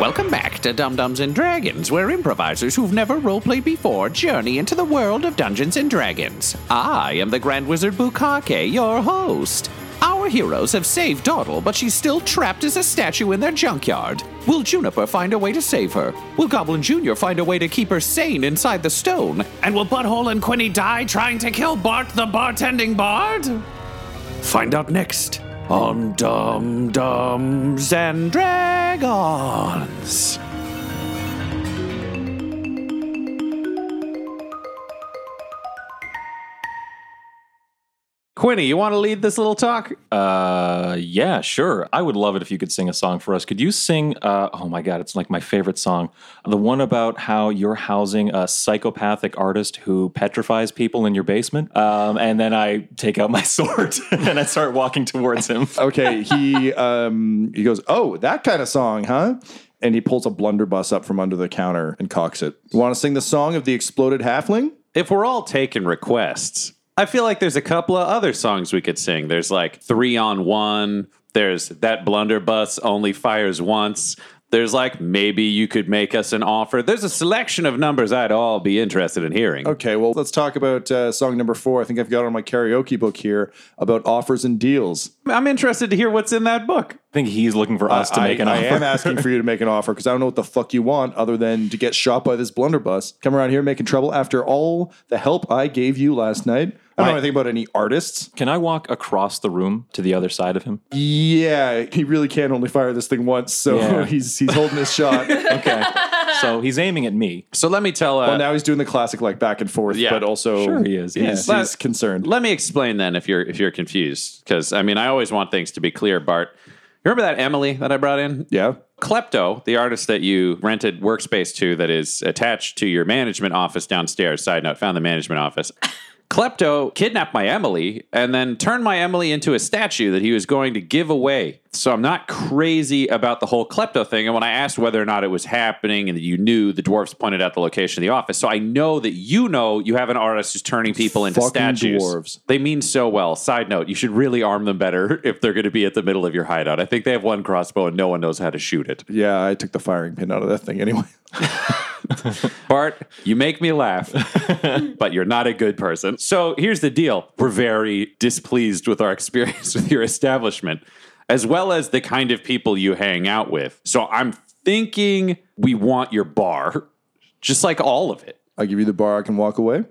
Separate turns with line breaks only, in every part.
Welcome back to Dum Dums and Dragons, where improvisers who've never roleplayed before journey into the world of Dungeons and Dragons. I am the Grand Wizard Bukake, your host. Our heroes have saved Dawdle, but she's still trapped as a statue in their junkyard. Will Juniper find a way to save her? Will Goblin Jr. find a way to keep her sane inside the stone? And will Butthole and Quinny die trying to kill Bart the bartending bard? Find out next on Dum Dums and Dragons.
Quinny, you want to lead this little talk?
Uh, yeah, sure. I would love it if you could sing a song for us. Could you sing? Uh, oh my God, it's like my favorite song. The one about how you're housing a psychopathic artist who petrifies people in your basement. Um, and then I take out my sword and I start walking towards him.
Okay, he um, he goes, "Oh, that kind of song, huh?" And he pulls a blunderbuss up from under the counter and cocks it. You want to sing the song of the exploded halfling?
if we're all taking requests, I feel like there's a couple of other songs we could sing. There's like Three on One. There's That Blunderbuss Only Fires Once. There's like Maybe You Could Make Us an Offer. There's a selection of numbers I'd all be interested in hearing.
Okay, well, let's talk about uh, song number four. I think I've got it on my karaoke book here about offers and deals.
I'm interested to hear what's in that book.
I think he's looking for us to
I,
make an
I
offer.
am asking for you to make an offer because I don't know what the fuck you want other than to get shot by this blunderbuss. Come around here making trouble after all the help I gave you last night. I don't know anything about any artists.
Can I walk across the room to the other side of him?
Yeah, he really can only fire this thing once, so
Yeah.
he's he's holding his shot.
Okay. so he's aiming at me.
So let me tell. Uh,
Well, now he's doing the classic like back and forth,
Yeah.
but also
Sure he is.
He's,
Yeah.
he's concerned.
Let me explain then if you're if you're confused because I mean I always want things to be clear, Bart. You remember that Emily that I brought in?
yeah.
Klepto, the artist that you rented workspace to that is attached to your management office downstairs. Side note, found the management office. Klepto kidnapped my Emily and then turned my Emily into a statue that he was going to give away. So I'm not crazy about the whole klepto thing. And when I asked whether or not it was happening and that you knew, the dwarfs pointed out the location of the office. So I know that you know you have an artist who's turning people into
Fucking
statues.
dwarves.
They mean so well. Side note, you should really arm them better if they're going to be at the middle of your hideout. I think they have one crossbow and no one knows how to shoot it.
Yeah, I took the firing pin out of that thing anyway.
Bart, you make me laugh, but you're not a good person. So here's the deal we're very displeased with our experience with your establishment, as well as the kind of people you hang out with. So I'm thinking we want your bar, just like all of it.
I'll give you the bar, I can walk away.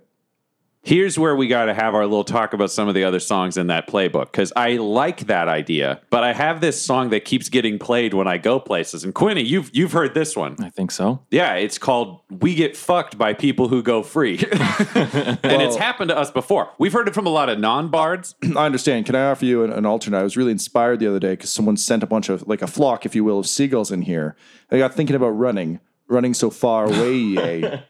Here's where we got to have our little talk about some of the other songs in that playbook because I like that idea, but I have this song that keeps getting played when I go places. And Quinny, you've you've heard this one,
I think so.
yeah? It's called "We Get Fucked by People Who Go Free," and it's happened to us before. We've heard it from a lot of non-bards.
I understand. Can I offer you an, an alternate? I was really inspired the other day because someone sent a bunch of like a flock, if you will, of seagulls in here. I got thinking about running, running so far away. yea.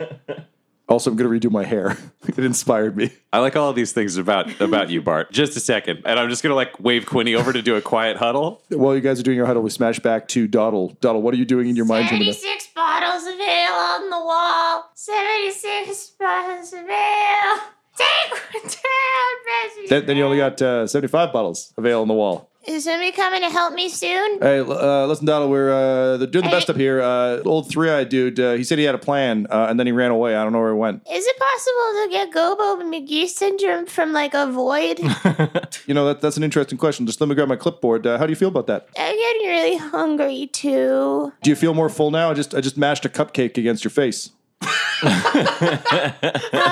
Also, I'm going to redo my hair. it inspired me.
I like all of these things about about you, Bart. Just a second, and I'm just gonna like wave Quinny over to do a quiet huddle.
While you guys are doing your huddle, we smash back to Doddle. Doddle, what are you doing in your mind? Gemini?
76 bottles of ale on the wall. 76 bottles of ale. Take one down,
Then, then you only got uh, 75 bottles of ale on the wall.
Is somebody coming to help me soon?
Hey, l- uh, listen, Donald, we're uh, they're doing the best up here. Uh, old three-eyed dude, uh, he said he had a plan, uh, and then he ran away. I don't know where he went.
Is it possible to get Gobo McGee syndrome from like a void?
You know, that, that's an interesting question. Just let me grab my clipboard. Uh, how do you feel about that?
I'm getting really hungry too.
Do you feel more full now? I just I just mashed a cupcake against your face.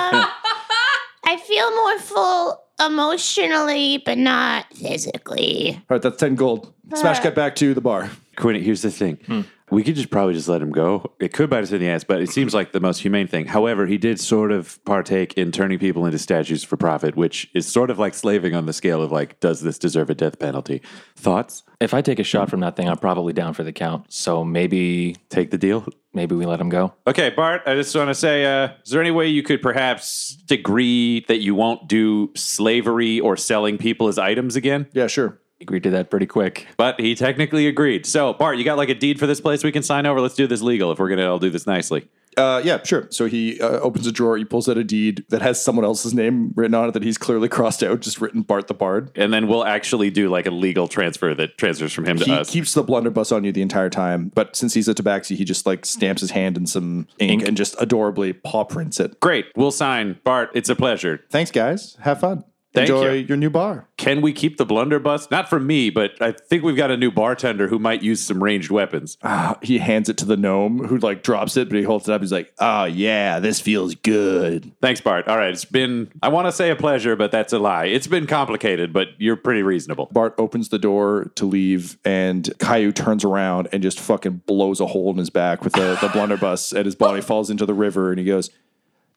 I feel more full emotionally, but not physically.
All right, that's 10 gold. Smash cut back to the bar.
Quinny, here's the thing. We could just probably just let him go. It could bite us in the ass, but it seems like the most humane thing. However, he did sort of partake in turning people into statues for profit, which is sort of like slaving on the scale of like, does this deserve a death penalty? Thoughts?
If I take a shot from that thing, I'm probably down for the count. So maybe
Take the deal.
maybe we let him go.
Okay, Bart, I just want to say uh, is there any way you could perhaps agree that you won't do slavery or selling people as items again?
Yeah, sure.
He agreed to that pretty quick.
But he technically agreed. So, Bart, you got like a deed for this place we can sign over? Let's do this legal if we're going to all do this nicely.
Uh, yeah, sure. So he uh, opens a drawer. He pulls out a deed that has someone else's name written on it that he's clearly crossed out, just written Bart the Bard.
And then we'll actually do like a legal transfer that transfers from him to
He
us.
keeps the blunderbuss on you the entire time, but since he's a tabaxi, he just like stamps his hand in some ink,
Ink.
and just adorably paw prints it.
Great. We'll sign. Bart, it's a pleasure.
Thanks, guys. Have fun.
Thank
Enjoy
you.
your new bar.
Can we keep the blunderbuss? Not from me, but I think we've got a new bartender who might use some ranged weapons.
Ah, He hands it to the gnome who like drops it, but he holds it up. He's like, oh, yeah, this feels good.
Thanks, Bart. All right. It's been, I want to say a pleasure, but that's a lie. It's been complicated, but you're pretty reasonable.
Bart opens the door to leave, and Caillou turns around and just fucking blows a hole in his back with the, the blunderbuss, and his body falls into the river. And he goes,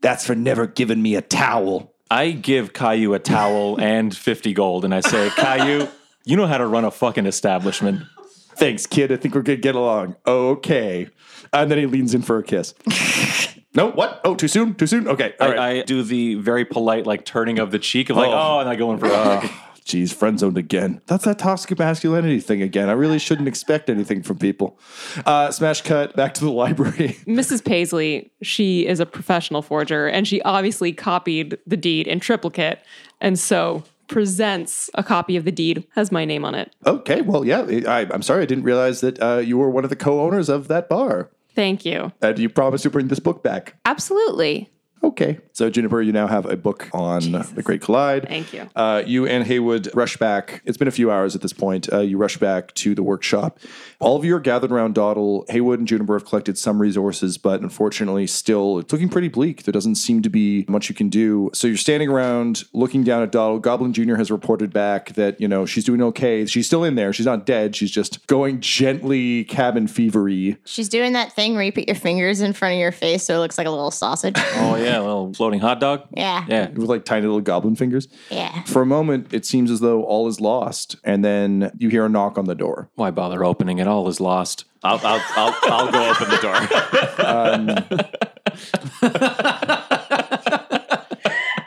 That's for never giving me a towel.
I give Caillou a towel and 50 gold, and I say, Caillou, you know how to run a fucking establishment.
Thanks, kid. I think we're going to get along. Okay. And then he leans in for a kiss. no, what? Oh, too soon? Too soon? Okay. All right.
I, I do the very polite, like, turning of the cheek of, like,
Oh.
oh, and I go in for a hug.
Geez, friend zoned again. That's that toxic masculinity thing again. I really shouldn't expect anything from people. Uh, smash cut back to the library.
Mrs. Paisley, she is a professional forger and she obviously copied the deed in triplicate and so presents a copy of the deed has my name on it.
okay, well, yeah, I, I'm sorry, I didn't realize that uh, you were one of the co-owners of that bar.
Thank you.
And you promised to bring this book back.
Absolutely.
Okay, so Juniper, you now have a book on the Great Collide.
Thank you.
Uh, you and Haywood rush back. It's been a few hours at this point. Uh, you rush back to the workshop. All of you are gathered around Doddle. Haywood and Juniper have collected some resources, but unfortunately, still, it's looking pretty bleak. There doesn't seem to be much you can do. So you're standing around looking down at Doddle. Goblin Jr. has reported back that, you know, she's doing okay. She's still in there. She's not dead. She's just going gently cabin fevery.
She's doing that thing where you put your fingers in front of your face so it looks like a little sausage.
Oh, yeah, well, floating hot dog.
Yeah.
Yeah.
with like tiny little goblin fingers.
Yeah.
For a moment, it seems as though all is lost, and then you hear a knock on the door.
Why bother opening it? All is lost.
I'll, I'll, I'll, I'll go open the door.
Um,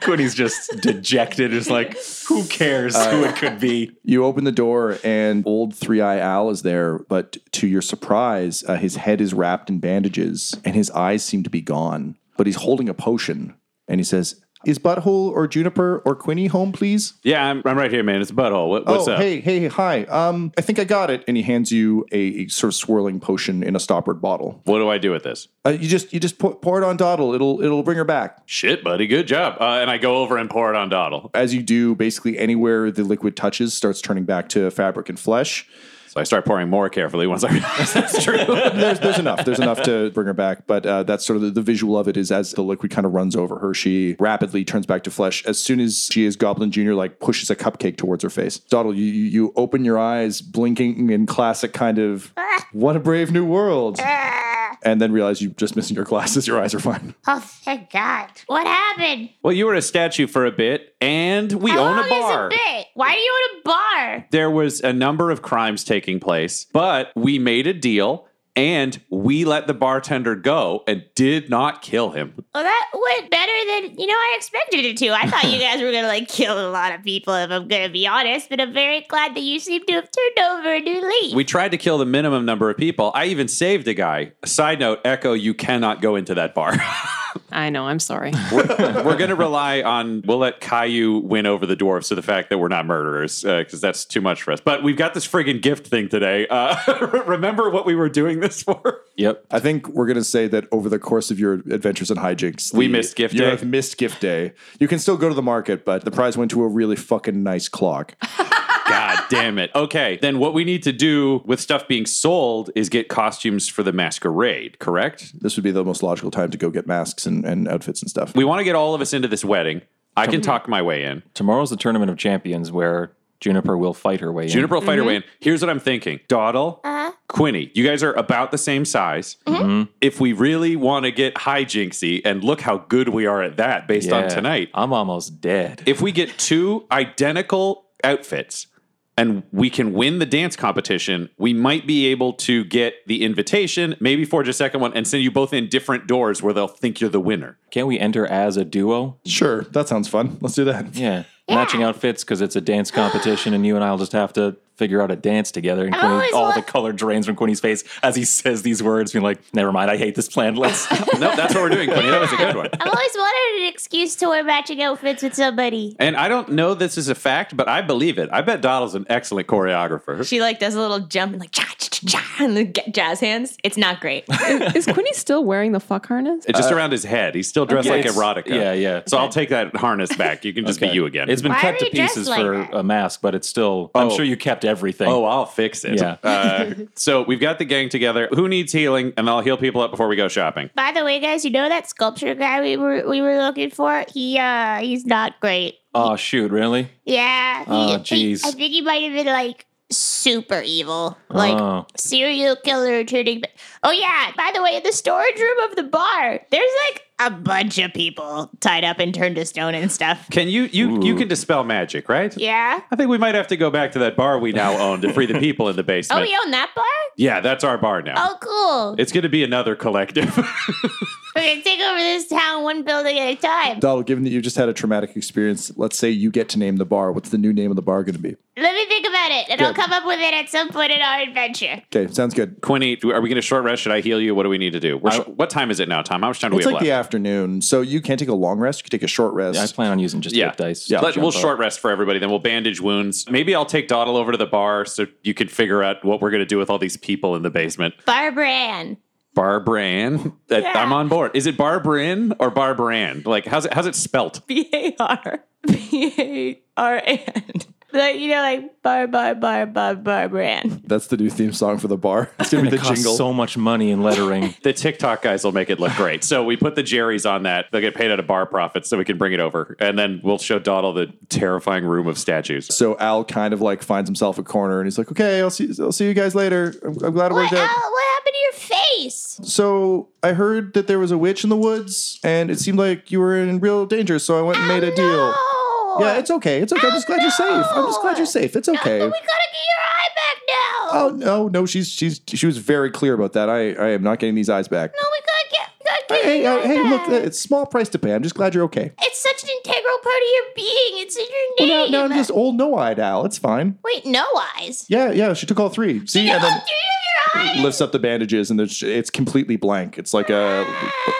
Quinny's just dejected. It's like, who cares who it could be?
You open the door, and old Three Eye Al is there, but to your surprise, uh, his head is wrapped in bandages, and his eyes seem to be gone. But he's holding a potion, and he says, "Is Butthole or Juniper or Quinny home, please?"
yeah, I'm, I'm right here, man. It's Butthole. What, what's
oh,
up?
hey, hey, hi. Um, I think I got it. And he hands you a, a sort of swirling potion in a stoppered bottle.
What do I do with this?
Uh, you just you just pour, pour it on Doddle. It'll it'll bring her back.
Shit, buddy. Good job. Uh, and I go over and pour it on Doddle.
as you do, basically anywhere the liquid touches starts turning back to fabric and flesh.
So I start pouring more carefully once I realize that's true.
There's, there's enough. There's enough to bring her back. But uh, that's sort of the, the visual of it is as the liquid kind of runs over her, she rapidly turns back to flesh. As soon as she is Goblin Jr., like pushes a cupcake towards her face. Doddle, you, you you open your eyes, blinking in classic kind of what a brave new world. And then realize you're just missing your glasses. Your eyes are fine.
Oh, thank God. What happened?
well, you were a statue for a bit, and we
How
own
long
a bar.
Is a bit? Why do you own a bar?
there was a number of crimes taking place, but we made a deal. and we let the bartender go and did not kill him.
Well, that went better than you know I expected it to. I thought you guys were gonna like kill a lot of people, if I'm gonna be honest. But I'm very glad that you seem to have turned over a new leaf.
We tried to kill the minimum number of people. I even saved a guy. Side note, Echo, you cannot go into that bar.
I know, I'm sorry.
we're going to rely on we'll let Caillou win over the dwarves to the fact that we're not murderers because that's too much for us. But we've got this friggin' gift thing today. Uh, remember what we were doing this for?
Yep.
I think we're going to say that over the course of your adventures in hijinks,
We
the-
missed gift
you
day.
have missed gift day. You can still go to the market, but the prize went to a really fucking nice clock.
God damn it. Okay, then what we need to do with stuff being sold is get costumes for the masquerade. Correct?
This would be the most logical time to go get masks and, and outfits and stuff.
We want to get all of us into this wedding. I can talk my way in.
Tomorrow's the tournament of champions where Juniper will fight her way in.
Juniper will fight her way in. Here's what I'm thinking. Doddle, Quinny, you guys are about the same size.
Mm-hmm.
If we really want to get hijinksy, and look how good we are at that based
Yeah.
on tonight,
I'm almost dead.
if we get two identical outfits and we can win the dance competition, we might be able to get the invitation, maybe forge a second one, and send you both in different doors where they'll think you're the winner.
Can't we enter as a duo?
Sure, that sounds fun. Let's do that.
Yeah. Matching outfits because it's a dance competition, and you and I'll just have to figure out a dance together. And Quinny,
always
all
wa-
the color drains from Quinny's face as he says these words, being like, "Never mind, I hate this plan." Let's.
No, that's what we're doing, Quinny. That was a good one.
I've always wanted an excuse to wear matching outfits with somebody.
And I don't know this is a fact, but I believe it. I bet Donald's an excellent choreographer.
She like does a little jump and like cha cha cha cha and the ga- jazz hands. It's not great.
Is Quinny still wearing the fuck harness? Uh,
It's just around his head. He's still dressed
Uh, Yeah,
like
it's-
erotica.
Yeah, yeah.
So I'll take that harness back. You can just be you again.
It's been
Why
cut
are
to
you dressed
pieces
like
for
that?
a mask, but it's still. I'm
Oh.
sure you kept everything.
Oh, I'll fix it.
Yeah.
Uh, so we've got the gang together. Who needs healing? And I'll heal people up before we go shopping.
By the way, guys, you know that sculpture guy we were we were looking for? He uh he's not great.
oh shoot! Really?
Yeah. he-
Oh,
he-
jeez.
I think he might have been like super evil. Like
Oh.
serial killer turning ba- Oh yeah, by the way, in the storage room of the bar, there's like a bunch of people tied up and turned to stone and stuff.
Can you you you can dispel magic, right?
Yeah.
I think we might have to go back to that bar we now own to free the people in the
Oh,
basement.
we own that bar?
Yeah, that's our bar now.
Oh cool.
It's going to be another collective.
We're gonna take over this town one building at a time.
Donald, given that you just had a traumatic experience, let's say you get to name the bar. What's the new name of the bar going to be?
Let me think about it, and I'll
Good.
come up with it at some point in our adventure.
Okay, sounds good.
Quinny, do- are we going to short rest? Should I heal you? What do we need to do? We're sh- what time is it now, Tom? How much time do
It's
we have
like the
left?
afternoon, so you can't take a long rest. You can take a short rest.
Yeah, I plan on using just
yeah,
hit dice.
Yeah,
to
Let- we'll
jump up.
short rest for everybody. Then we'll bandage wounds. Maybe I'll take Doddle over to the bar so you can figure out what we're going to do with all these people in the basement.
Barbara Ann.
Barbara Ann. That-
Yeah.
I'm on board. Is it Barbara Ann or Barbara Ann? Like, how's it, how's it spelt?
B A R B A R N. Like you know, like bar bar bar bar bar brand.
That's the new theme song for the bar. It's going to be
It
the
costs
jingle.
so much money in lettering.
The TikTok guys will make it look great. So we put the Jerry's on that. They'll get paid out of bar profits so we can bring it over. And then we'll show Doddle the terrifying room of statues.
so Al kind of like finds himself a corner and he's like, "Okay, I'll see. I'll see you guys later. I'm, I'm glad it
What,
worked out."
Al, what happened to your face?
So I heard that there was a witch in the woods, and it seemed like you were in real danger. So I went and made a deal.
Oh, No. Oh,
Yeah, it's okay. It's okay. I'm just glad you're safe. I'm just glad you're safe. It's okay.
But we gotta get your eye back now.
Oh no, no, she's she's she was very clear about that. I I am not getting these eyes back.
No, we gotta get. We gotta get
Hey,
your
uh,
eye
hey, look,
back.
uh, it's a small price to pay. I'm just glad you're okay.
it's such an integral part of your being. It's in
Well,
your name.
now, now I'm just old no-eyed Al. It's fine.
Wait, no eyes.
Yeah, yeah, she took all three. See, and then
Three of your eyes.
lifts up the bandages, and there's, it's completely blank. It's like a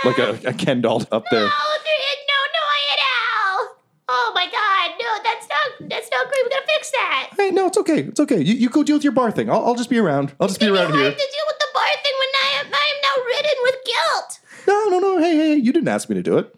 like a, a Ken doll up there.
Oh, three. No, no, I had Al. Oh my God, no, that's not. That's not great. We gotta fix that.
Hey, no, it's okay. It's okay. You, you go deal with your bar thing. I'll, I'll just be around. I'll just be
It'd
around
hard
here.
to deal with the bar thing when I am, I am now ridden with guilt.
No, no, no. Hey, hey, you didn't ask me to do it.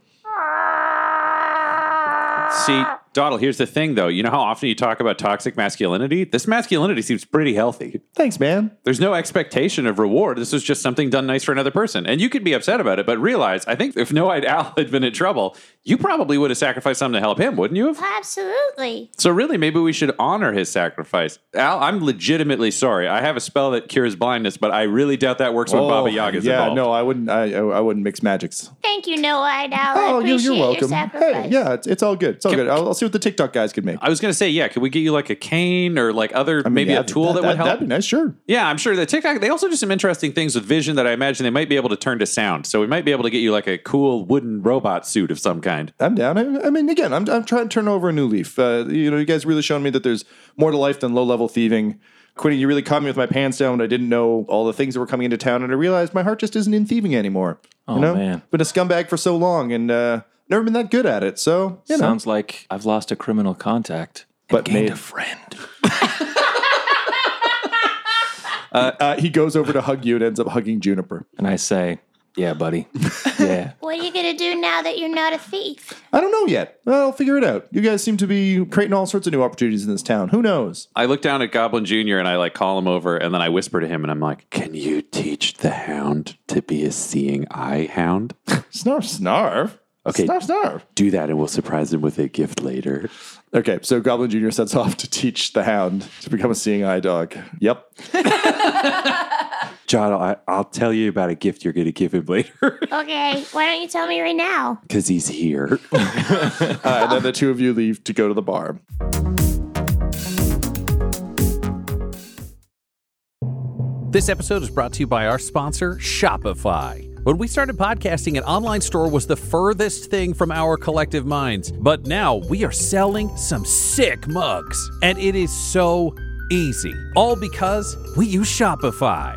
See, Doddle, here's the thing though. You know how often you talk about toxic masculinity? This masculinity seems pretty healthy.
Thanks, man.
There's no expectation of reward. This is just something done nice for another person. And you could be upset about it, but realize I think if No Eyed Al had been in trouble, you probably would have sacrificed something to help him, wouldn't you have?
Absolutely.
So really, maybe we should honor his sacrifice. Al, I'm legitimately sorry. I have a spell that cures blindness, but I really doubt that works when Baba Yaga's
Oh, yeah,
involved.
no, I wouldn't. I, I, I wouldn't mix magics.
Thank you, No Eyed Al. I
Oh, you,
appreciate
you're
your
welcome.
sacrifice.
Hey, yeah, it's, it's all good. It's all good. I'll, I'll Let's see what the TikTok guys could make.
I was going to say, yeah, could we get you like a cane or like other,
I mean,
Uh, maybe
yeah,
a tool that, would help?
That'd be nice, sure.
Yeah, I'm sure that TikTok, they also do some interesting things with vision that I imagine they might be able to turn to sound. So we might be able to get you like a cool wooden robot suit of some kind.
I'm down. I, I mean, again, I'm, I'm trying to turn over a new leaf. Uh, you know, you guys really shown me that there's more to life than low level thieving. Quinny, you really caught me with my pants down. when I didn't know all the things that were coming into town, and I realized my heart just isn't in thieving anymore.
Oh,
you know?
man.
been a scumbag for so long, and uh, never been that good at it. So you know,
Sounds like I've lost a criminal contact.
But
gained
made-
a friend.
uh, he goes over to hug you and ends up hugging Juniper.
And I say, yeah, buddy. Yeah.
What are you gonna do now that you're not a thief?
I don't know yet. I'll figure it out. You guys seem to be creating all sorts of new opportunities in this town. Who knows?
I look down at Goblin Jr. and I like call him over and then I whisper to him and I'm like, Can you teach the hound to be a seeing eye hound?
Snarf, snarf.
Okay.
Snarf, snarf.
Do that and we'll surprise him with a gift later.
Okay, so Goblin Jr. sets off to teach the hound to become a seeing eye dog. Yep.
John, I, I'll tell you about a gift you're going to give him later
Okay, why don't you tell me right now?
because he's here.
Uh, and then the two of you leave to go to the bar.
This episode is brought to you by our sponsor, Shopify. When we started podcasting, an online store was the furthest thing from our collective minds. But now we are selling some sick mugs, and it is so easy. All because we use Shopify.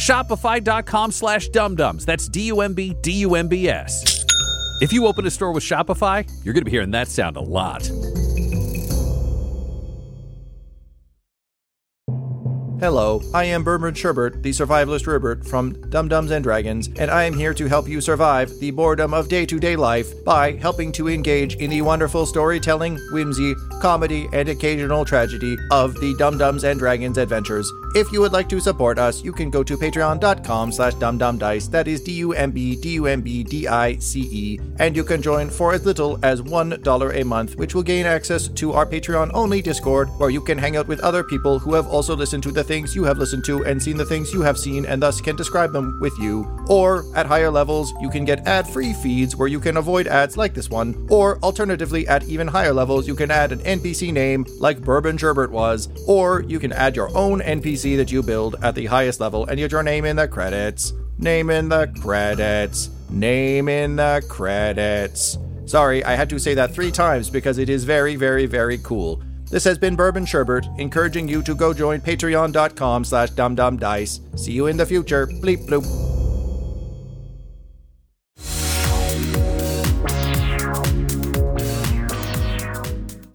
Shopify.com slash dumdums. That's D-U-M-B D-U-M-B-S. If you open a store with Shopify, you're going to be hearing that sound a lot.
Hello, I am Bernard Sherbert, the survivalist Herbert from Dum Dums and Dragons, and I am here to help you survive the boredom of day to day life by helping to engage in the wonderful storytelling, whimsy, comedy, and occasional tragedy of the Dum Dums and Dragons adventures. If you would like to support us, you can go to patreon.com slash dumdumdice, that is D-U-M-B-D-U-M-B-D-I-C-E, E, and you can join for as little as $1 a month, which will gain access to our Patreon-only Discord, where you can hang out with other people who have also listened to the things you have listened to and seen the things you have seen and thus can describe them with you. Or, at higher levels, you can get ad-free feeds where you can avoid ads like this one, or alternatively, at even higher levels, you can add an NPC name like Bourbon Sherbert was, or you can add your own NPC that you build at the highest level and get your name in the credits. Name in the credits. Name in the credits. Sorry, I had to say that three times because it is very, very, very cool. This has been Bourbon Sherbert, encouraging you to go join patreon.com slash dumdumdice. See you in the future. Bleep bloop.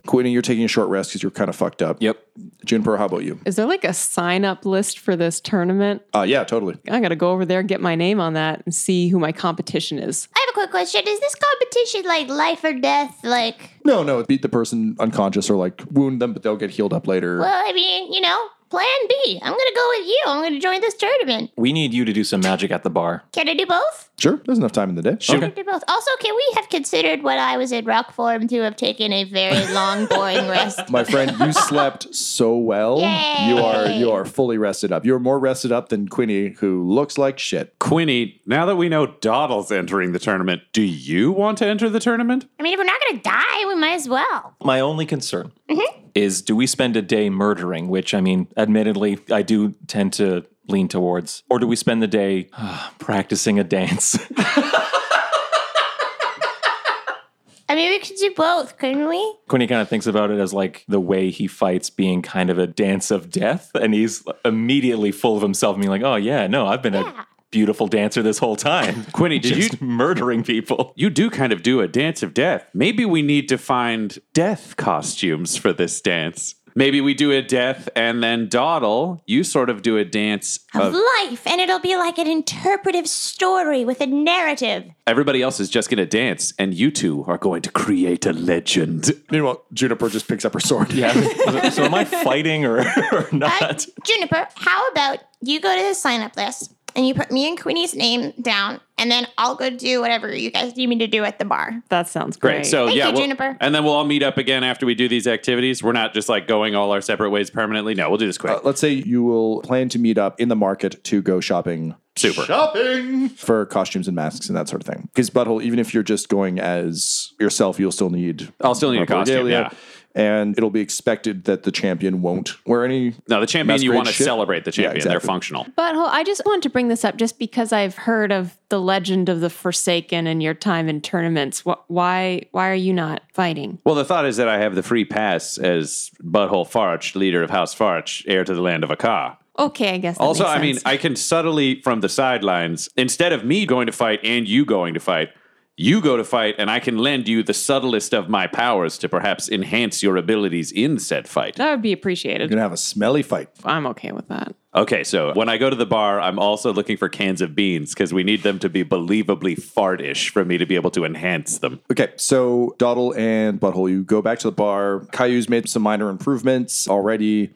Quinny, you're taking a short rest because you're kind of fucked up.
Yep.
Juniper, how about you?
Is there like a sign up list for this tournament?
Uh, yeah, totally.
I got to go over there, get my name on that, and see who my competition is.
I have a quick question. Is this competition like life or death? Like,
No, no, beat the person unconscious or like wound them, but they'll get healed up later.
well, I mean, you know, plan B. I'm gonna go with you. I'm gonna join this tournament.
We need you to do some magic at the bar.
Can I do both?
Sure, there's enough time in the day.
Can I do both? Also, can we have considered when I was in rock form to have taken a very long, boring rest?
My friend, you slept so well.
Yay.
You are you are fully rested up. You're more rested up than Quinny, who looks like shit.
Quinny, now that we know Doddle's entering the tournament, do you want to enter the tournament?
I mean, if we're not gonna die, we might as well. Mm-hmm.
My only concern is do we spend a day murdering, which I mean, admittedly, I do tend to lean towards, or do we spend the day ah, practicing a dance?
I mean, we could do both, couldn't we?
Quinny kind of thinks about it as like the way he fights being kind of a dance of death, and he's immediately full of himself and being like, oh, yeah, no, I've been
Yeah.
a beautiful dancer this whole time.
Quinny, did
Just murdering people.
You do kind of do a dance of death. Maybe we need to find death costumes for this dance. Maybe we do a death and then dawdle. You sort of do a dance
of
of
life, and it'll be like an interpretive story with a narrative.
everybody else is just going to dance, and you two are going to create a legend.
Meanwhile, Juniper just picks up her sword.
Yeah. So, so am I fighting or, or
Uh,
not?
Juniper, how about you go to the sign up list and you put me and Queenie's name down, and then I'll go do whatever you guys need me to do at the bar.
That sounds great.
Great. So
Thank
yeah,
you,
we'll-
Juniper.
and then we'll all meet up again after we do these activities. We're not just like going all our separate ways permanently. No, we'll do this quick.
Uh, let's say you will plan to meet up in the market to go shopping
Super.
for costumes and masks and that sort of thing. Because butthole, even if you're just going as yourself, you'll still need
I'll still need a costume. Yeah.
regalia, and it'll be expected that the champion won't wear any.
No, the champion. You
Masquerade
want to
shit.
celebrate the
Yeah,
champion. They're
exactly.
functional.
But ho- I just want to bring this up just because I've heard of the legend of the Forsaken and your time in tournaments. Wh- Why why are you not fighting?
Well, the thought is that I have the free pass as Butthole Farch, leader of House Farch, heir to the land of Akka.
Okay, I guess. That
Also,
makes
I mean,
sense.
I can subtly from the sidelines, instead of me going to fight and you going to fight, you go to fight, and I can lend you the subtlest of my powers to perhaps enhance your abilities in said fight.
that would be appreciated.
You're gonna have a smelly fight.
I'm okay with that.
Okay, so when I go to the bar, I'm also looking for cans of beans because we need them to be believably fartish for me to be able to enhance them.
Okay, so Doddle and Butthole, you go back to the bar. Caillou's made some minor improvements already.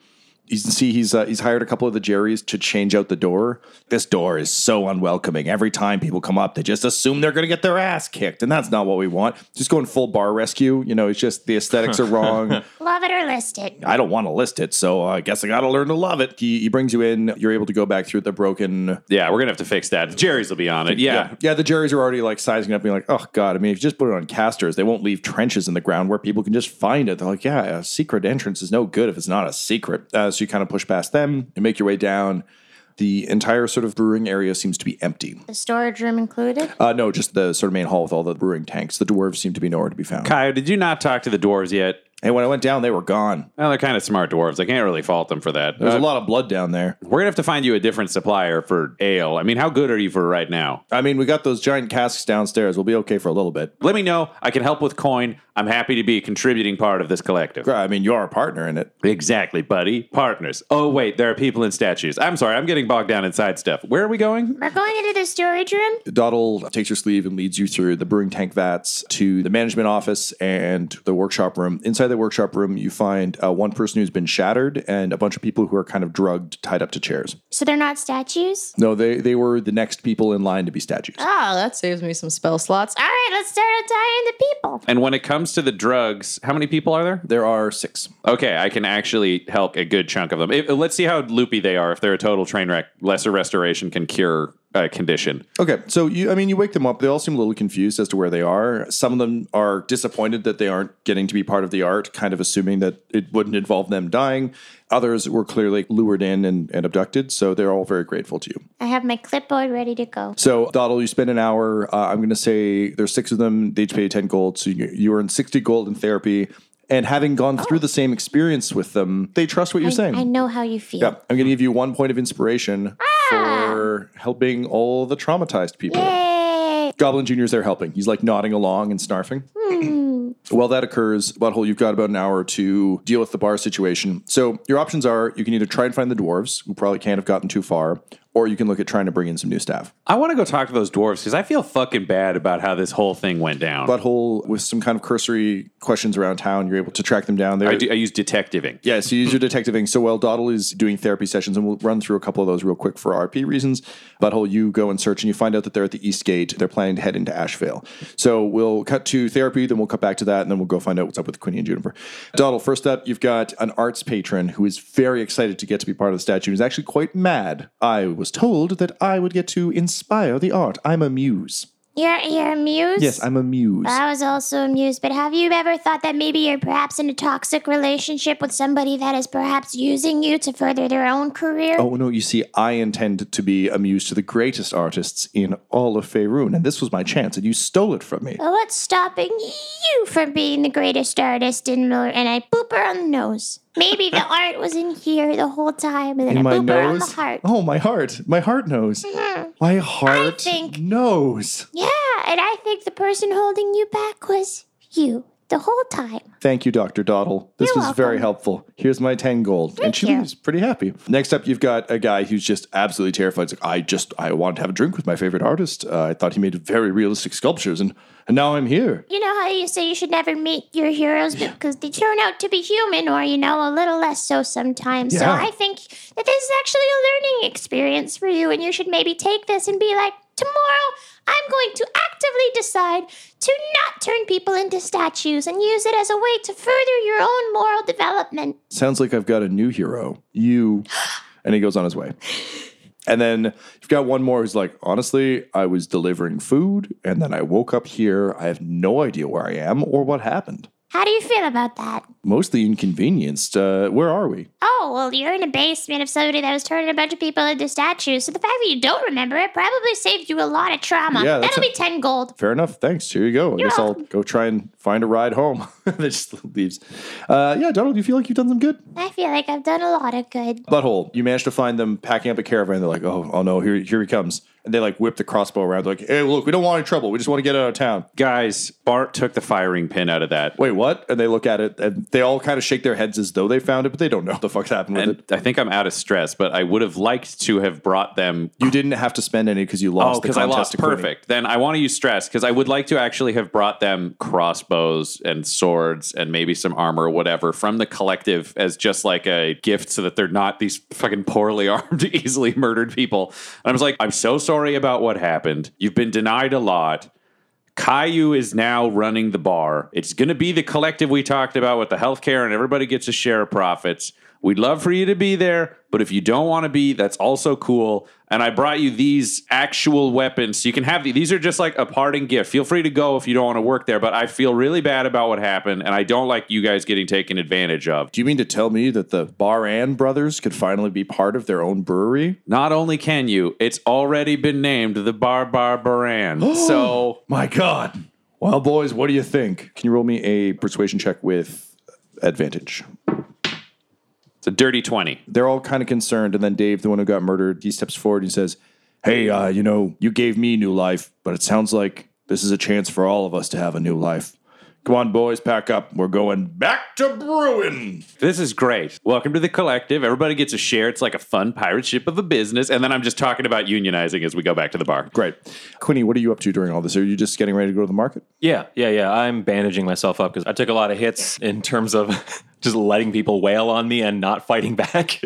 You can see he's uh, he's hired a couple of the Jerry's to change out the door. This door is so unwelcoming. Every time people come up, they just assume they're going to get their ass kicked, and that's not what we want. Just going full bar rescue. You know, it's just the aesthetics are wrong.
Love it or list it.
I don't want to list it, so I guess I got to learn to love it. He, he brings you in. You're able to go back through the broken
Yeah, we're going to have to fix that. Jerry's will be on it. Yeah.
yeah, the juries are already like sizing up, being like, "Oh God!" I mean, if you just put it on casters, they won't leave trenches in the ground where people can just find it. They're like, "Yeah, a secret entrance is no good if it's not a secret." Uh, so you kind of push past them and make your way down. The entire sort of brewing area seems to be empty.
The storage room included.
Uh, no, just the sort of main hall with all the brewing tanks. The dwarves seem to be nowhere to be found.
Kyle, did you not talk to the dwarves yet?
And when I went down, they were gone.
Well, they're kind of smart dwarves. I can't really fault them for that.
There's
Uh,
a lot of blood down there.
We're gonna have to find you a different supplier for ale. I mean, how good are you for right now?
I mean, we got those giant casks downstairs. We'll be okay for a little bit.
Let me know. I can help with coin. I'm happy to be a contributing part of this collective.
I mean, you are a partner in it.
Exactly, buddy. Partners. Oh wait, there are people in statues. I'm sorry, I'm getting bogged down in side stuff. Where are we going?
We're going into the storage room.
Doddle takes your sleeve and leads you through the brewing tank vats to the management office and the workshop room. Inside the workshop room, you find uh, one person who's been shattered and a bunch of people who are kind of drugged, tied up to chairs.
So they're not statues?
No, they they were the next people in line to be statues.
Ah, that saves me some spell slots.
All right, let's start on tying the people.
And when it comes to the drugs, how many people are there?
There are six.
Okay, I can actually help a good chunk of them. If- let's see how loopy they are. If they're a total train wreck, lesser restoration can cure a condition.
Okay, so you I mean you wake them up. They all seem a little confused as to where they are. Some of them are disappointed that they aren't getting to be part of the art, kind of assuming that it wouldn't involve them dying. Others were clearly lured in and, and abducted, so they're all very grateful to you.
I have my clipboard ready to go.
So, Doddle, you spend an hour. Uh, I'm going to say there's six of them. They each pay you 10 gold. So, you, you earn 60 gold in therapy. And having gone through the same experience with them, they trust what you're saying.
I know how you feel.
Yeah. I'm going to give you one point of inspiration
Ah!
for helping all the traumatized people.
Yay!
Goblin Junior's there helping. He's like nodding along and snarfing. While that occurs, Butthole, you've got about an hour to deal with the bar situation. So your options are you can either try and find the dwarves, who probably can't have gotten too far, or you can look at trying to bring in some new staff.
I want to go talk to those dwarves because I feel fucking bad about how this whole thing went down.
butthole with some kind of cursory questions around town. You're able to track them down. There,
I, do, I use detectiving.
yeah. So you use your detectiving. So while Doddle is doing therapy sessions, and we'll run through a couple of those real quick for RP reasons. Butthole, you go and search, and you find out that they're at the East Gate. They're planning to head into Ashvale. So we'll cut to therapy, then we'll cut back to that, and then we'll go find out what's up with Quinny and Juniper. Doddle, first up, you've got an arts patron who is very excited to get to be part of the statue. He's actually quite mad. I was told that I would get to inspire the art. I'm a muse.
You're, you're amused?
Yes, I'm a muse.
I was also amused, but have you ever thought that maybe you're perhaps in a toxic relationship with somebody that is perhaps using you to further their own career?
Oh no, you see, I intend to be amused to the greatest artists in all of Faerun, and this was my chance, and you stole it from me.
Well, What's stopping you from being the greatest artist in Miller? And I boop her on the nose. Maybe the art was in here the whole time, and
in
then a
my
booper on the
nose.
heart. Mm-hmm.
Oh, my heart. My heart knows. My heart
think-
knows.
Yeah, and I think the person holding you back was you the whole time.
Thank you, Dr. Doddle. This
You're
was very
welcome.
helpful. Here's my 10 gold. and she
you.
was pretty happy. Next up, you've got a guy who's just absolutely terrified. It's like, I just, I wanted to have a drink with my favorite artist. Uh, I thought he made very realistic sculptures, and, and now I'm here.
You know how you say you should never meet your heroes because they turn out to be human or, you know, a little less so sometimes. So
Yeah.
I think that this is actually a learning experience for you, and you should maybe take this and be like, tomorrow I'm going to actively decide to not turn people into statues and use it as a way to further your own moral development.
Sounds like I've got a new hero. You. And he goes on his way. And then you've got one more who's like, honestly, I was delivering food, and then I woke up here. I have no idea where I am or what happened.
How do you feel about that?
Mostly inconvenienced. Uh, where are we?
Oh, well, you're in a basement of somebody that was turning a bunch of people into statues, so the fact that you don't remember it probably saved you a lot of trauma.
Yeah, that's
That'll
a-
be 10 gold.
fair enough. Thanks. Here you go. I guess I'll go try and find a ride home. that just leaves. Uh, yeah, Donald, do you feel like you've done some good?
I feel like I've done a lot of good.
Butthole, you managed to find them packing up a caravan. They're like, oh, oh no, here, here he comes. And they like whip the crossbow around. They're like, hey, look, we don't want any trouble. We just want to get out of town.
Guys, Bart took the firing pin out of that.
Wait, what? And they look at it and they all kind of shake their heads as though they found it, but they don't know what the fuck's happened with
And
it.
I think I'm out of stress, but I would have liked to have brought them.
You didn't have to spend any because you lost the
Oh, because I
contest
lost.
to Quinny.
Perfect. Then I want to use stress because I would like to actually have brought them crossbows and swords and maybe some armor or whatever from the collective as just like a gift so that they're not these fucking poorly armed, easily murdered people. And I was like, I'm so sorry about what happened. You've been denied a lot. Caillou is now running the bar. It's going to be the collective we talked about with the healthcare, and everybody gets a share of profits. We'd love for you to be there, but if you don't want to be, that's also cool. And I brought you these actual weapons. So you can have these. These are just like a parting gift. Feel free to go if you don't want to work there, but I feel really bad about what happened, and I don't like you guys getting taken advantage of.
Do you mean to tell me that the Baran brothers could finally be part of their own brewery?
Not only can you, it's already been named the Bar Bar Baran. so
My God. Well, boys, what do you think? Can you roll me a persuasion check with advantage?
it's a dirty 20.
They're all kind of concerned, and then Dave, the one who got murdered, he steps forward and says, Hey, uh, you know, you gave me new life, but it sounds like this is a chance for all of us to have a new life. Come on, boys, pack up. We're going back to brewing.
This is great. Welcome to the collective. Everybody gets a share. It's like a fun pirate ship of a business. And then I'm just talking about unionizing as we go back to the bar.
Great. Quinny, what are you up to during all this? Are you just getting ready to go to the market?
Yeah, yeah, yeah. I'm bandaging myself up because I took a lot of hits in terms of just letting people wail on me and not fighting back.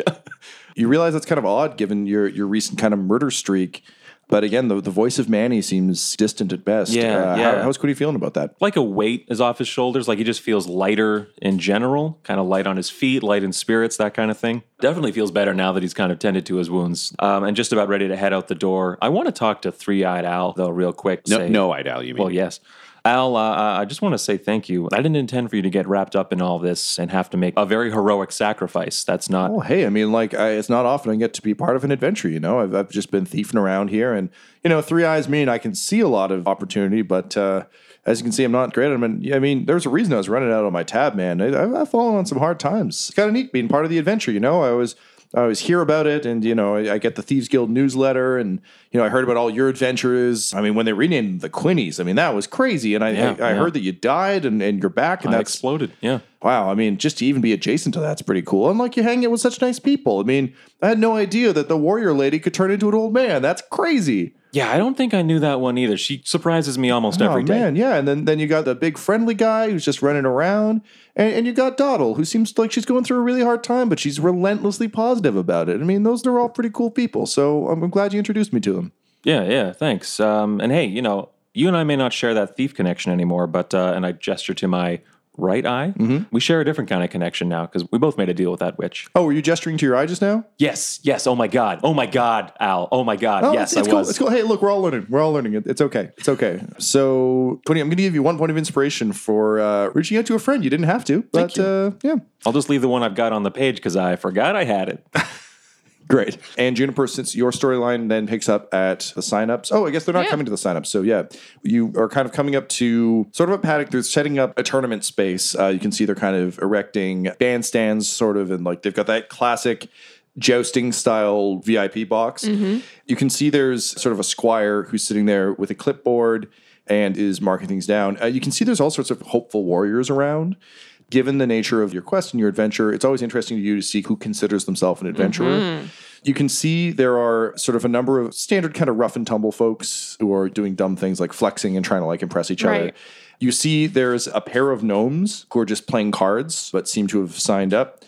You realize that's kind of odd given your, your recent kind of murder streak. But again, the, the voice of Manny seems distant at best. Uh,
Yeah,
how-
yeah.
how's Quinny feeling about that?
like a weight is off his shoulders. Like he just feels lighter in general, kind of light on his feet, light in spirits, that kind of thing. Definitely feels better now that he's kind of tended to his wounds um, and just about ready to head out the door. I want to talk to Three Eyed Al, though, real quick.
No,
say-
no idol, you mean.
Well, yes. Al, uh, I just want to say thank you. I didn't intend for you to get wrapped up in all this and have to make a very heroic sacrifice. That's not
Well, Oh, hey, I mean, like, I, it's not often I get to be part of an adventure, you know? I've, I've just been thiefing around here, and, you know, three eyes mean I can see a lot of opportunity, but uh, as you can see, I'm not great at them. And, I mean, there's a reason I was running out on my tab, man. I, I've, I've fallen on some hard times. It's kind of neat being part of the adventure, you know? I was. I always hear about it, and you know, I, I get the Thieves Guild newsletter, and you know, I heard about all your adventures. I mean, when they renamed the Quinnies, I mean, that was crazy. And I,
Yeah,
I, I
yeah.
heard that you died, and, and you're back, and
I
that's
exploded. Yeah.
Wow, I mean, just to even be adjacent to that's pretty cool. And like you hang out with such nice people. I mean, I had no idea that the warrior lady could turn into an old man. That's crazy.
Yeah, I don't think I knew that one either. She surprises me almost every
oh
day.
man, yeah. And then then you got the big friendly guy who's just running around, and, and you got Doddle, who seems like she's going through a really hard time, but she's relentlessly positive about it. I mean, those are all pretty cool people. So um, I'm, I'm glad you introduced me to them.
Yeah, yeah, thanks. Um, and hey, you know, you and I may not share that thief connection anymore, but uh, and I gesture to my right eye.
Mm-hmm.
We share a different kind of connection now because we both made a deal with that witch.
Oh, were you gesturing to your eye just now?
Yes, yes. Oh my god. Oh my god, Al. Oh my god.
Oh,
yes,
it's, it's
I
cool.
was.
It's cool. Hey, look, we're all learning. We're all learning. It, it's okay. It's okay. So, Tony, I'm going to give you one point of inspiration for uh, reaching out to a friend. You didn't have to, but uh, yeah,
I'll just leave the one I've got on the page because I forgot I had it.
Great. And Juniper, since your storyline then picks up at the signups. Oh, I guess they're not coming to the signups. So yeah, you are kind of coming up to sort of a paddock. They're setting up a tournament space. Uh, you can see they're kind of erecting bandstands, sort of, and like they've got that classic jousting style VIP box. You can see there's sort of a squire who's sitting there with a clipboard and is marking things down. Uh, you can see there's all sorts of hopeful warriors around. Given the nature of your quest and your adventure, it's always interesting to you to see who considers themselves an adventurer. You can see there are sort of a number of standard kind of rough and tumble folks who are doing dumb things like flexing and trying to like impress each other.
Right.
You see there's a pair of gnomes who are just playing cards but seem to have signed up.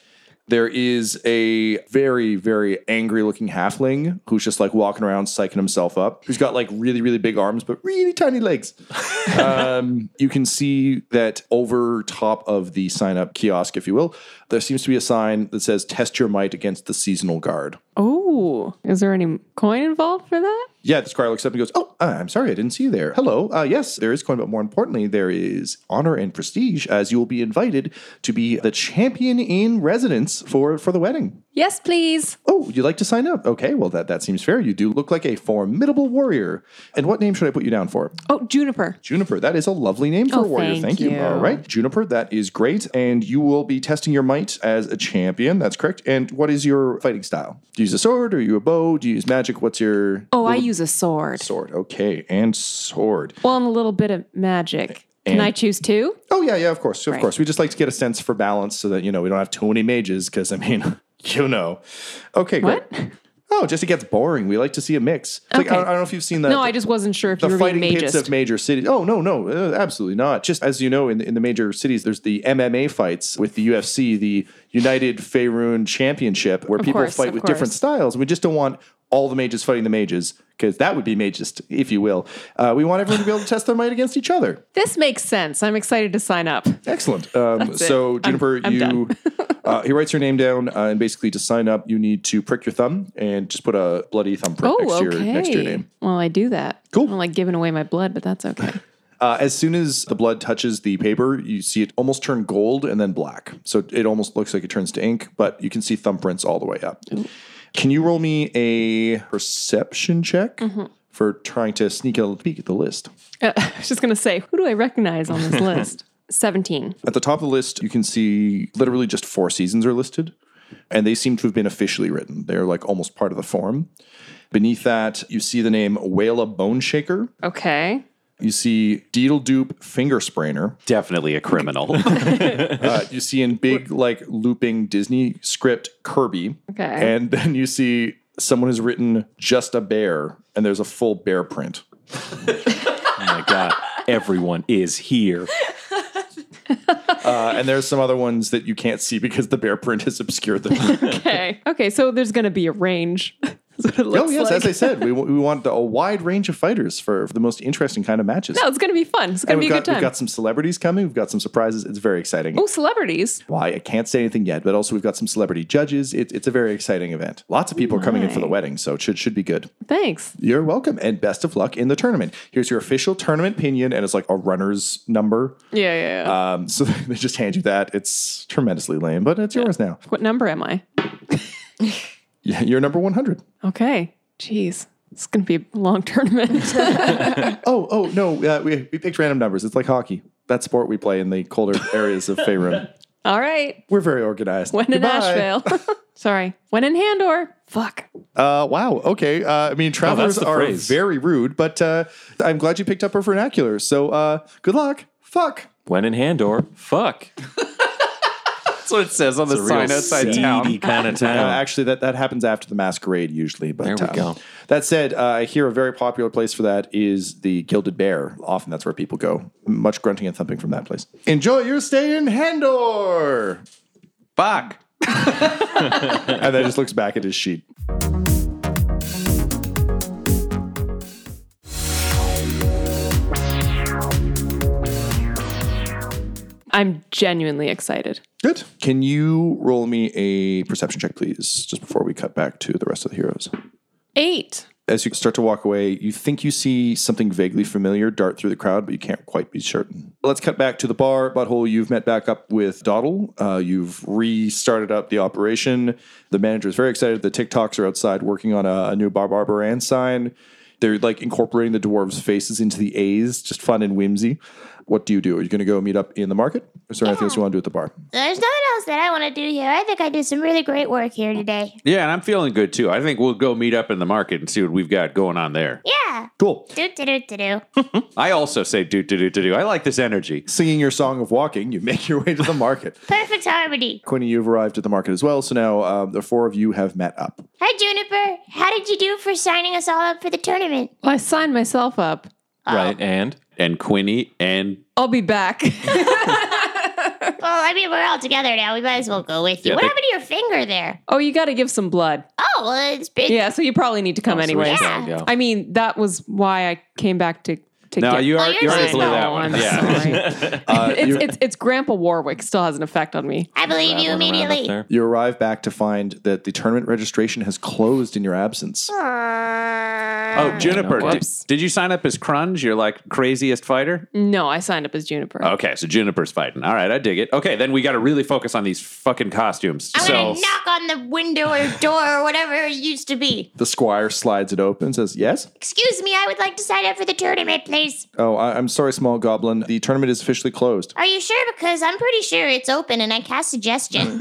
There is a very, very angry looking halfling who's just like walking around psyching himself up. He's got like really, really big arms, but really tiny legs. um, you can see that over top of the sign up kiosk, if you will, there seems to be a sign that says test your might against the seasonal guard.
Oh, is there any coin involved for that?
Yeah, the squire looks up and goes, Oh, uh, I'm sorry, I didn't see you there. Hello. Uh, yes, there is coin, but more importantly, there is honor and prestige as you will be invited to be the champion in residence for, for the wedding.
Yes, please.
Oh, you'd like to sign up? Okay, well, that, that seems fair. You do look like a formidable warrior. And what name should I put you down for?
Oh, Juniper.
Juniper. That is a lovely name for
Oh,
a warrior.
thank
Thank you.
you.
All right. Juniper, that is great. And you will be testing your might as a champion. That's correct. And what is your fighting style? Do you use a sword? Or you a bow? Do you use magic? What's your
Oh, I use a sword.
sword? Okay. And sword.
Well, and a little bit of magic. Can I choose two?
Oh, yeah, yeah, of course. Of course. We just like to get a sense for balance so that, you know, we don't have too many mages because, I mean, you know. Okay, great. Oh, just it gets boring. We like to see a mix. It's like, I
Okay.
I don't know if you've seen that.
No, I just wasn't sure if you
the
were being
fighting pits
magist.
of major cities. Oh no, no, uh, absolutely not. Just as you know, in in the major cities, there's the MMA fights with the UFC, the United Faerun Championship, where people
course,
fight
of
with different
course.
styles. We just don't want all the mages fighting the mages because that would be magist, if you will. Uh, we want everyone to be able to test their might against each other.
this makes sense. I'm excited to sign up.
Excellent. Um, so, Juniper,
I'm
you uh, he writes your name down, uh, and basically to sign up, you need to prick your thumb and just put a bloody thumbprint
Oh,
next to your
okay.
next to your name.
Well, I do that.
Cool.
I'm like giving away my blood, but that's okay.
Uh, as soon as the blood touches the paper, you see it almost turn gold and then black. So it almost looks like it turns to ink, but you can see thumbprints all the way up. Can you roll me a perception check for trying to sneak a peek at the list?
Mm-hmm. Uh, I was just gonna say, who do I recognize on this list?
17.
At the top of the list, you can see literally just four seasons are listed, and they seem to have been officially written. They're like almost part of the form. Beneath that, you see the name Whale Bone Shaker.
Okay.
You see Deedle Doop Finger Sprainer.
Definitely a criminal.
uh, you see in big like looping Disney script Kirby.
Okay.
And then you see someone has written just a bear and there's a full bear print.
Oh my god, everyone is here.
Uh, and there's some other ones that you can't see because the bear print has obscured them.
Okay. Okay. So there's gonna be a range. That's what it
oh
looks
yes,
like.
as I said, we, we want a wide range of fighters for, for the most interesting kind of matches.
No, it's gonna be fun. It's gonna
and
be
we've
a
got
good
we've
time.
got some celebrities coming. We've got some surprises. It's very exciting.
oh, celebrities.
Why I can't say anything yet, but also we've got some celebrity judges. It, it's a very exciting event. Lots of people are coming in for the wedding, so it should should be good.
Thanks.
You're welcome, and best of luck in the tournament. Here's your official tournament pinion, and it's like a runner's number.
Yeah, yeah. yeah.
Um, so they just hand you that. It's tremendously lame, but it's yours now.
what number am I?
Yeah, You're number 100.
Okay. Jeez. It's gonna be a long tournament.
Oh, oh no, uh, we we picked random numbers. It's like hockey. That sport we play in the colder areas of Faerun.
All right.
We're very organized.
When in
Goodbye.
Asheville. Sorry. When in Handor. Fuck.
Uh, wow. Okay. Uh, I mean, travelers
the
are
phrase.
very rude, but uh, I'm glad you picked up our vernacular. So uh, good luck. Fuck.
When in Handor, fuck.
That's what it says on the sign outside town.
kind of town.
Uh, actually, that, that happens after the masquerade usually. But
There we
uh,
go.
That said, uh, I hear a very popular place for that is the Gilded Bear. Often that's where people go. Much grunting and thumping from that place. Enjoy your stay in Handor.
Fuck.
and then just looks back at his sheet.
I'm genuinely excited.
Good. Can you roll me a perception check, please, just before we cut back to the rest of the heroes?
Eight.
As you start to walk away, you think you see something vaguely familiar dart through the crowd, but you can't quite be certain. Let's cut back to the bar. Butthole, you've met back up with Doddle. Uh, you've restarted up the operation. The manager is very excited. The TikToks are outside working on a, a new Bar Barbaran sign. They're like incorporating the dwarves' faces into the A's, just fun and whimsy. What do you do? Are you going to go meet up in the market? Is there anything else you want to do at the bar?
There's nothing else that I want to do here. I think I did some really great work here today.
Yeah, and I'm feeling good too. I think we'll go meet up in the market and see what we've got going on there.
Yeah.
Cool.
Do do do do do.
I also say do do do do do. I like this energy.
Singing your song of walking, you make your way to the market.
Perfect harmony.
Quinny, you've arrived at the market as well. So now um, the four of you have met up.
Hi, Juniper. How did you do for signing us all up for the tournament?
Well, I signed myself up.
Right. And
And Quinny and
I'll be back.
Well, I mean, we're all together now. We might as well go with you.
Yeah,
what
but-
happened to your finger there?
oh, you got to give some blood.
Oh, well, it's been.
Yeah, so you probably need to come
so we
anyways.
should
Yeah.
probably go.
I mean, that was why I came back to to
no,
get
you,
Oh,
are,
you're
you already
just-
blew
no,
that one.
I'm
yeah.
sorry.
Uh,
it's,
you-
it's it's Grandpa Warwick still has an effect on me.
I believe you
That one around up
immediately.
there.
You arrive back to find that the tournament registration has closed in your absence.
Oh, Juniper,
no,
did,
whoops.
did you sign up as Crunge? You're like craziest fighter?
No, I signed up as Juniper.
Okay, so Juniper's fighting. All right, I dig it. Okay, then we got to really focus on these fucking costumes.
I'm
so,
going to knock on the window or door or whatever it used to be.
The squire slides it open and says, Yes?
Excuse me, I would like to sign up for the tournament, please.
Oh, I- I'm sorry, small goblin. The tournament is officially closed.
Are you sure? Because I'm pretty sure it's open and I cast suggestion.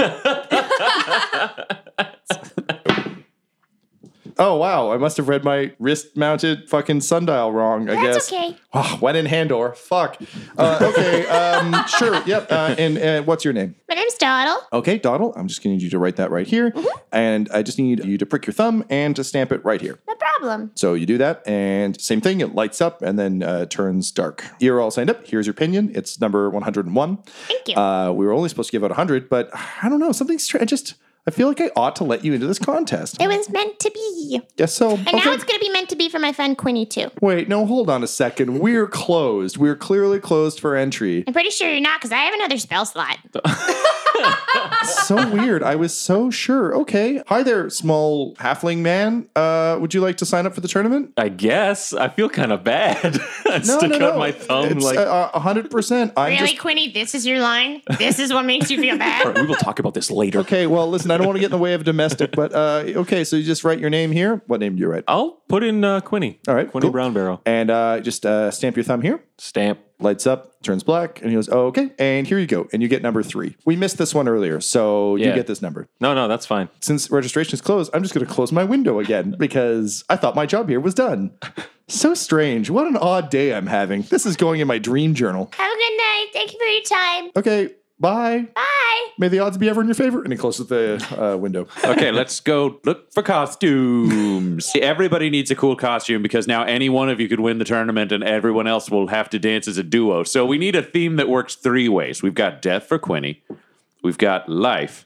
Oh, wow. I must have read my wrist mounted fucking sundial wrong, I
That's
guess.
okay.
Oh, went in Handor. Fuck. Uh, okay. Um, sure. Yep. Uh, and uh, what's your name?
My name's Donald.
Okay, Donald, I'm just going to need you to write that right here.
Mm-hmm.
And I just need you to prick your thumb and to stamp it right here.
No problem.
So you do that, and same thing, it lights up and then uh, turns dark. You're all signed up. Here's your pinion. It's number 101.
Thank you.
Uh, we were only supposed to give out 100, but I don't know. Something's strange. I just, I feel like I ought to let you into this contest.
it was meant to be.
Guess so.
And now it's going to be meant to be for my friend Quinny, too.
Wait, no, hold on a second. We're closed. We're clearly closed for entry.
I'm pretty sure you're not because I have another spell slot.
so weird. I was so sure. Okay. Hi there, small halfling man. Uh, would you like to sign up for the tournament?
I guess I feel kind of bad. I stick out my thumb
It's,
like.
uh, uh, 100%. I'm
Really,
just
Quinny? This is your line? This is what makes you feel
"All
bad?
right, we will talk about this later.
Okay, well, listen, I don't want to get in the way of domestic, but uh, okay, so you just write your name here. What name do you write?
I'll put in uh, Quinny.
All right,
Quinny
cool.
Brown Barrel.
And uh, just uh, stamp your thumb here.
Stamp.
Lights up, turns black, and he goes, oh, okay, and here you go. And you get number three. We missed this one earlier, so oh, you
Yeah.
get this number.
No, no, that's fine.
Since registration is closed, I'm just going to close my window again because I thought my job here was done. So strange. What an odd day I'm having. This is going in my dream journal.
Have a good night. Thank you for your time.
Okay, bye.
Bye.
May the odds be ever in your favor. And he closes the uh, window.
okay, let's go look for costumes. Everybody needs a cool costume because now any one of you could win the tournament and everyone else will have to dance as a duo. So we need a theme that works three ways. We've got death for Quinny, we've got life.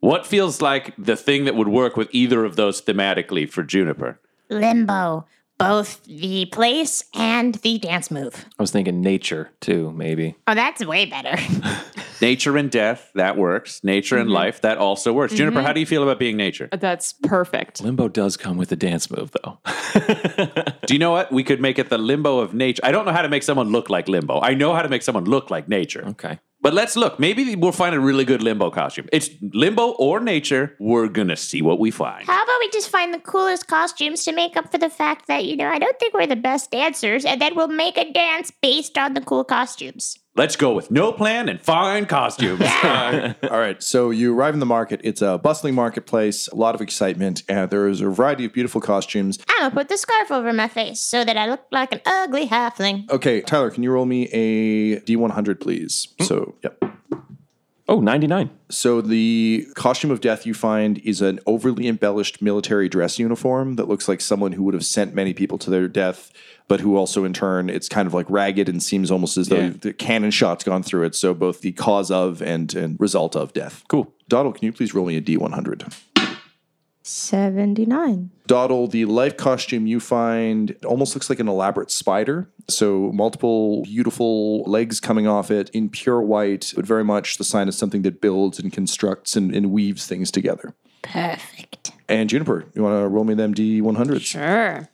What feels like the thing that would work with either of those thematically for Juniper?
Limbo. Both the place and the dance move.
I was thinking nature too, maybe.
Oh, that's way better.
Nature and death, that works. Nature and life, that also works. Juniper, how do you feel about being nature?
That's perfect.
Limbo does come with a dance move though.
Do you know what? We could make it the limbo of nature. I don't know how to make someone look like limbo. I know how to make someone look like nature.
Okay.
But let's look. Maybe we'll find a really good limbo costume. It's limbo or nature. We're going to see what we find.
How about we just find the coolest costumes to make up for the fact that, you know, I don't think we're the best dancers, and then we'll make a dance based on the cool costumes.
Let's go with no plan and find costumes.
All right, so you arrive in the market. It's a bustling marketplace, a lot of excitement, and there is a variety of beautiful costumes.
I'm gonna put the scarf over my face so that I look like an ugly halfling.
Okay, Tyler, can you roll me a D100, please? So, yep.
Hmm. Oh, 99.
So, the costume of death you find is an overly embellished military dress uniform that looks like someone who would have sent many people to their death, but who also, in turn, it's kind of like ragged and seems almost as though the cannon shot's gone through it. So, both the cause of and, and result of death.
Cool.
Donald, can you please roll me a D100?
79.
Doddle, the life costume you find almost looks like an elaborate spider. So, multiple beautiful legs coming off it in pure white, but very much the sign of something that builds and constructs and, and weaves things together.
Perfect.
And Juniper, you want to roll me them D100s?
Sure.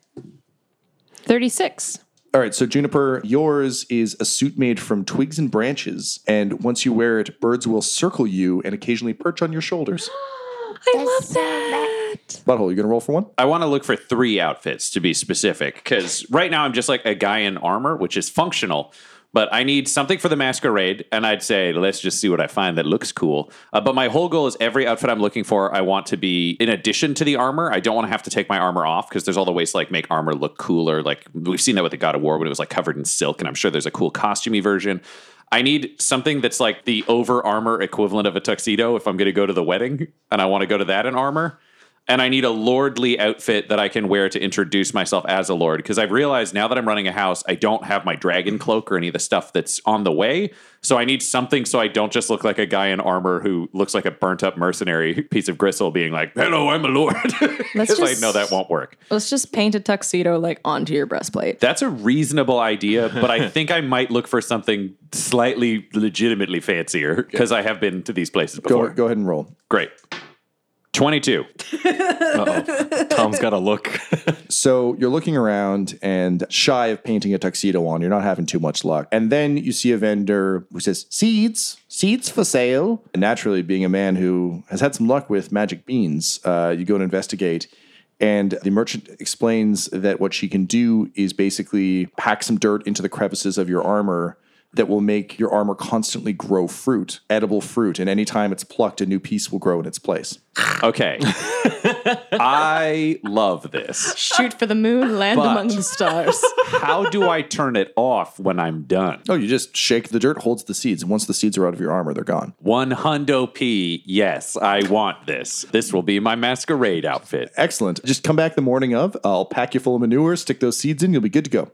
36.
All right, so Juniper, yours is a suit made from twigs and branches, and once you wear it, birds will circle you and occasionally perch on your shoulders.
I love that.
Butthole, you gonna roll for one?
I want to look for three outfits to be specific because right now I'm just like a guy in armor, which is functional. But I need something for the masquerade, and I'd say let's just see what I find that looks cool. Uh, but my whole goal is every outfit I'm looking for, I want to be in addition to the armor. I don't want to have to take my armor off because there's all the ways to like make armor look cooler. Like we've seen that with the God of War when it was like covered in silk, and I'm sure there's a cool costumey version. I need something that's like the over armor equivalent of a tuxedo if I'm going to go to the wedding, and I want to go to that in armor and I need a lordly outfit that I can wear to introduce myself as a lord. Because I've realized now that I'm running a house, I don't have my dragon cloak or any of the stuff that's on the way. So I need something so I don't just look like a guy in armor who looks like a burnt up mercenary piece of gristle, being like, "Hello, I'm a lord." Because I
just-
know that won't work.
Let's just paint a tuxedo like onto your breastplate.
That's a reasonable idea, but I think I might look for something slightly legitimately fancier because I have been to these places
Go,
before.
go ahead and roll.
Great. 22.
Uh-oh. Tom's got a look.
So you're looking around and shy of painting a tuxedo on. You're not having too much luck. And then you see a vendor who says, Seeds, seeds for sale. And naturally, being a man who has had some luck with magic beans, uh, you go and investigate. And the merchant explains that what she can do is basically pack some dirt into the crevices of your armor that will make your armor constantly grow fruit, edible fruit. And anytime it's plucked, a new piece will grow in its place.
Okay. I love this.
Shoot for the moon, land
But-
among the stars.
How do I turn it off when I'm done?
Oh, you just shake the dirt, holds the seeds. And once the seeds are out of your armor, they're gone.
One hundo p. Yes, I want this. This will be my masquerade outfit.
Excellent. Just come back the morning of. I'll pack you full of manure, stick those seeds in, you'll be good to go.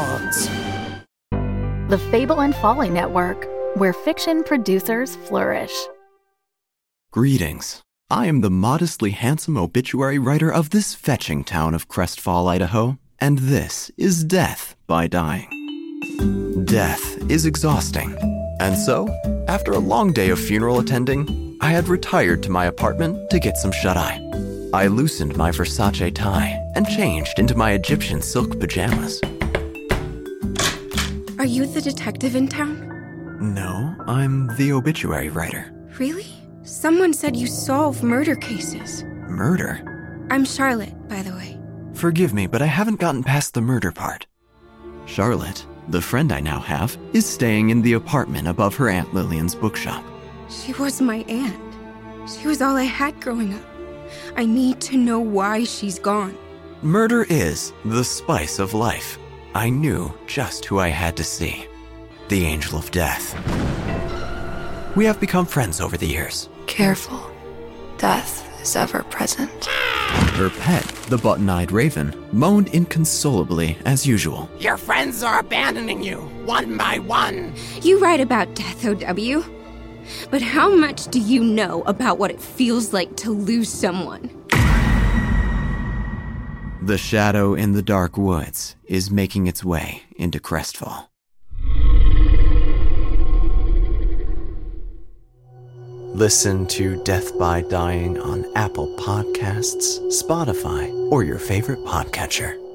the Fable and Folly Network, where fiction producers flourish.
Greetings. I am the modestly handsome obituary writer of this fetching town of Crestfall, Idaho, and this is Death by Dying. Death is exhausting, and so, after a long day of funeral attending, I had retired to my apartment to get some shut eye. I loosened my Versace tie and changed into my Egyptian silk pajamas.
Are you the detective in town?
No, I'm the obituary writer.
Really? Someone said you solve murder cases.
Murder?
I'm Charlotte, by the way.
Forgive me, but I haven't gotten past the murder part. Charlotte, the friend I now have, is staying in the apartment above her Aunt Lillian's bookshop.
She was my aunt. She was all I had growing up. I need to know why she's gone.
Murder is the spice of life. I knew just who I had to see the Angel of Death. We have become friends over the years.
Careful. Death is ever present.
Her pet, the button eyed raven, moaned inconsolably as usual.
Your friends are abandoning you, one by one.
You write about death, OW. But how much do you know about what it feels like to lose someone?
The shadow in the dark woods is making its way into Crestfall. Listen to Death by Dying on Apple Podcasts, Spotify, or your favorite podcatcher.